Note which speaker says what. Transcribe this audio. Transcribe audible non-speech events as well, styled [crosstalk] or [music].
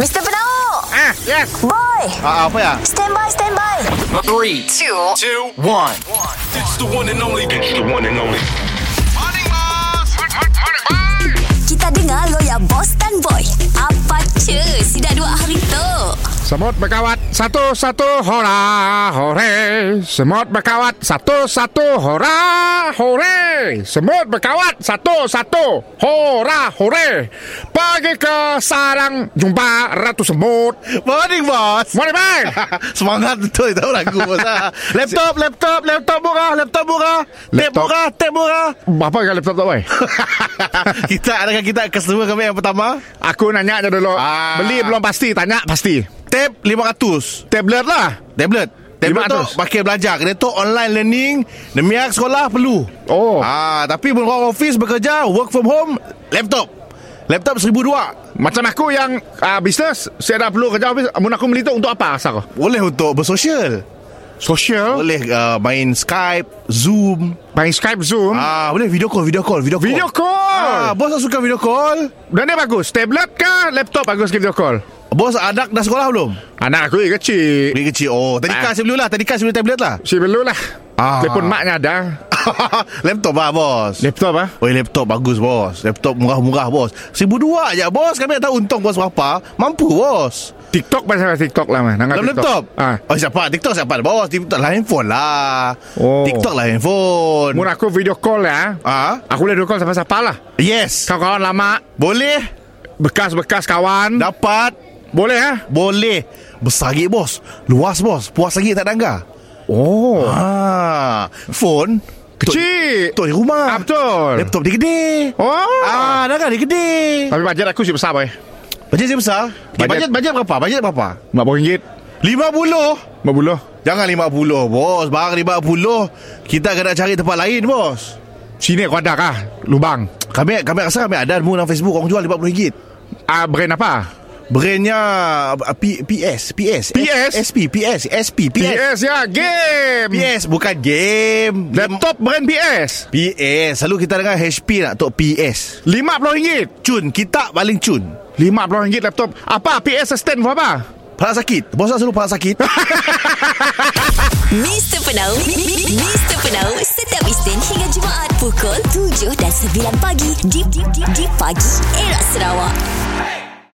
Speaker 1: Mr. Penau
Speaker 2: Ah, yes.
Speaker 1: Boy
Speaker 2: Ah, apa ya?
Speaker 1: Stand by, stand by
Speaker 3: Three,
Speaker 1: Two
Speaker 3: two, one.
Speaker 4: It's the one and only. It's the one and only.
Speaker 1: Kita dengar lo ya Boss dan Boy Apa cu Si dah dua hari tu
Speaker 2: Semut berkawat satu-satu hora hore. Semut berkawat satu-satu hora hore. Semut berkawat satu-satu hora hore. Pergi ke sarang jumpa ratu semut.
Speaker 5: Morning bos
Speaker 2: Mari [laughs] bang.
Speaker 5: Semangat betul Tahu lagu bos ah. Laptop Laptop Laptop murah Laptop murah Tape
Speaker 2: Laptop.
Speaker 5: murah Tape murah
Speaker 2: Apa yang laptop tak boy?
Speaker 5: Kita adakah kita Customer kami yang pertama
Speaker 2: [laughs] Aku nanya je dulu.
Speaker 5: Ah.
Speaker 2: Beli belum pasti, tanya pasti.
Speaker 5: Tape 500
Speaker 2: Tablet lah.
Speaker 5: Tablet Tablet tu
Speaker 2: 500.
Speaker 5: pakai belajar Kena tu online learning Demiak sekolah perlu
Speaker 2: Oh.
Speaker 5: Ah, Tapi orang office bekerja Work from home Laptop Laptop 1002
Speaker 2: Macam aku yang uh, bisnes, saya dah perlu kerja office. Mun aku beli tu untuk apa asal kau?
Speaker 5: Boleh untuk bersosial
Speaker 2: Social.
Speaker 5: Boleh uh, main Skype Zoom
Speaker 2: Main Skype, Zoom.
Speaker 5: Ah, Boleh video call Video call Video call,
Speaker 2: Video call.
Speaker 5: Ah, Bos tak suka video call
Speaker 2: Dan dia bagus Tablet ke laptop bagus video call
Speaker 5: Bos anak dah sekolah belum?
Speaker 2: Anak aku dia kecil
Speaker 5: Beli kecil Oh tadi
Speaker 2: Ah.
Speaker 5: kas sebelum lah Tadi kas sebelum tablet lah [laughs]
Speaker 2: Si perlu lah
Speaker 5: Ah.
Speaker 2: Telepon maknya ada
Speaker 5: Laptop lah bos
Speaker 2: Laptop ah.
Speaker 5: Oi laptop bagus bos Laptop murah-murah bos Seribu dua je bos Kami tak tahu untung bos berapa Mampu bos
Speaker 2: TikTok pasal TikTok lah man Nangat
Speaker 5: Dalam laptop
Speaker 2: ah.
Speaker 5: Oh siapa TikTok siapa bos TikTok lah handphone lah
Speaker 2: Oh.
Speaker 5: TikTok lah handphone
Speaker 2: Mun aku video call lah
Speaker 5: Ah,
Speaker 2: Aku boleh video call siapa-siapa lah
Speaker 5: Yes
Speaker 2: Kawan-kawan lama
Speaker 5: Boleh
Speaker 2: Bekas-bekas kawan
Speaker 5: Dapat
Speaker 2: Boleh ah.
Speaker 5: Boleh Besar lagi bos Luas bos Puas lagi tak danggar
Speaker 2: Oh
Speaker 5: Ah, Phone
Speaker 2: Kecil
Speaker 5: Laptop di rumah
Speaker 2: Ah, betul.
Speaker 5: Laptop dia gede
Speaker 2: Oh
Speaker 5: Ah, dah kan dia gede
Speaker 2: Tapi bajet aku si besar boy
Speaker 5: Bajet saya besar okay,
Speaker 2: Bajet-
Speaker 5: bajet, bajet berapa? Bajet berapa?
Speaker 2: RM40
Speaker 5: 50
Speaker 2: RM50
Speaker 5: Jangan 50 bos Barang 50 Kita kena cari tempat lain bos
Speaker 2: Sini aku ada kah Lubang
Speaker 5: Kami kami rasa kami ada Mu dalam Facebook Orang jual RM50
Speaker 2: Ah, Brand apa
Speaker 5: Brandnya uh, P, PS PS
Speaker 2: PS?
Speaker 5: SP PS SP PS
Speaker 2: PS ya Game
Speaker 5: PS Bukan game
Speaker 2: Laptop brand PS
Speaker 5: PS Selalu kita dengar HP nak Tok PS
Speaker 2: RM50
Speaker 5: Cun Kita paling cun
Speaker 2: RM50 laptop Apa PS stand for apa?
Speaker 5: Pahala sakit Bos nak selalu pahala sakit
Speaker 2: [laughs]
Speaker 1: Mr. Penau Mr. Penau Setiap Isnin hingga Jumaat Pukul 7 dan 9 pagi Di, di, di, di pagi Era Sarawak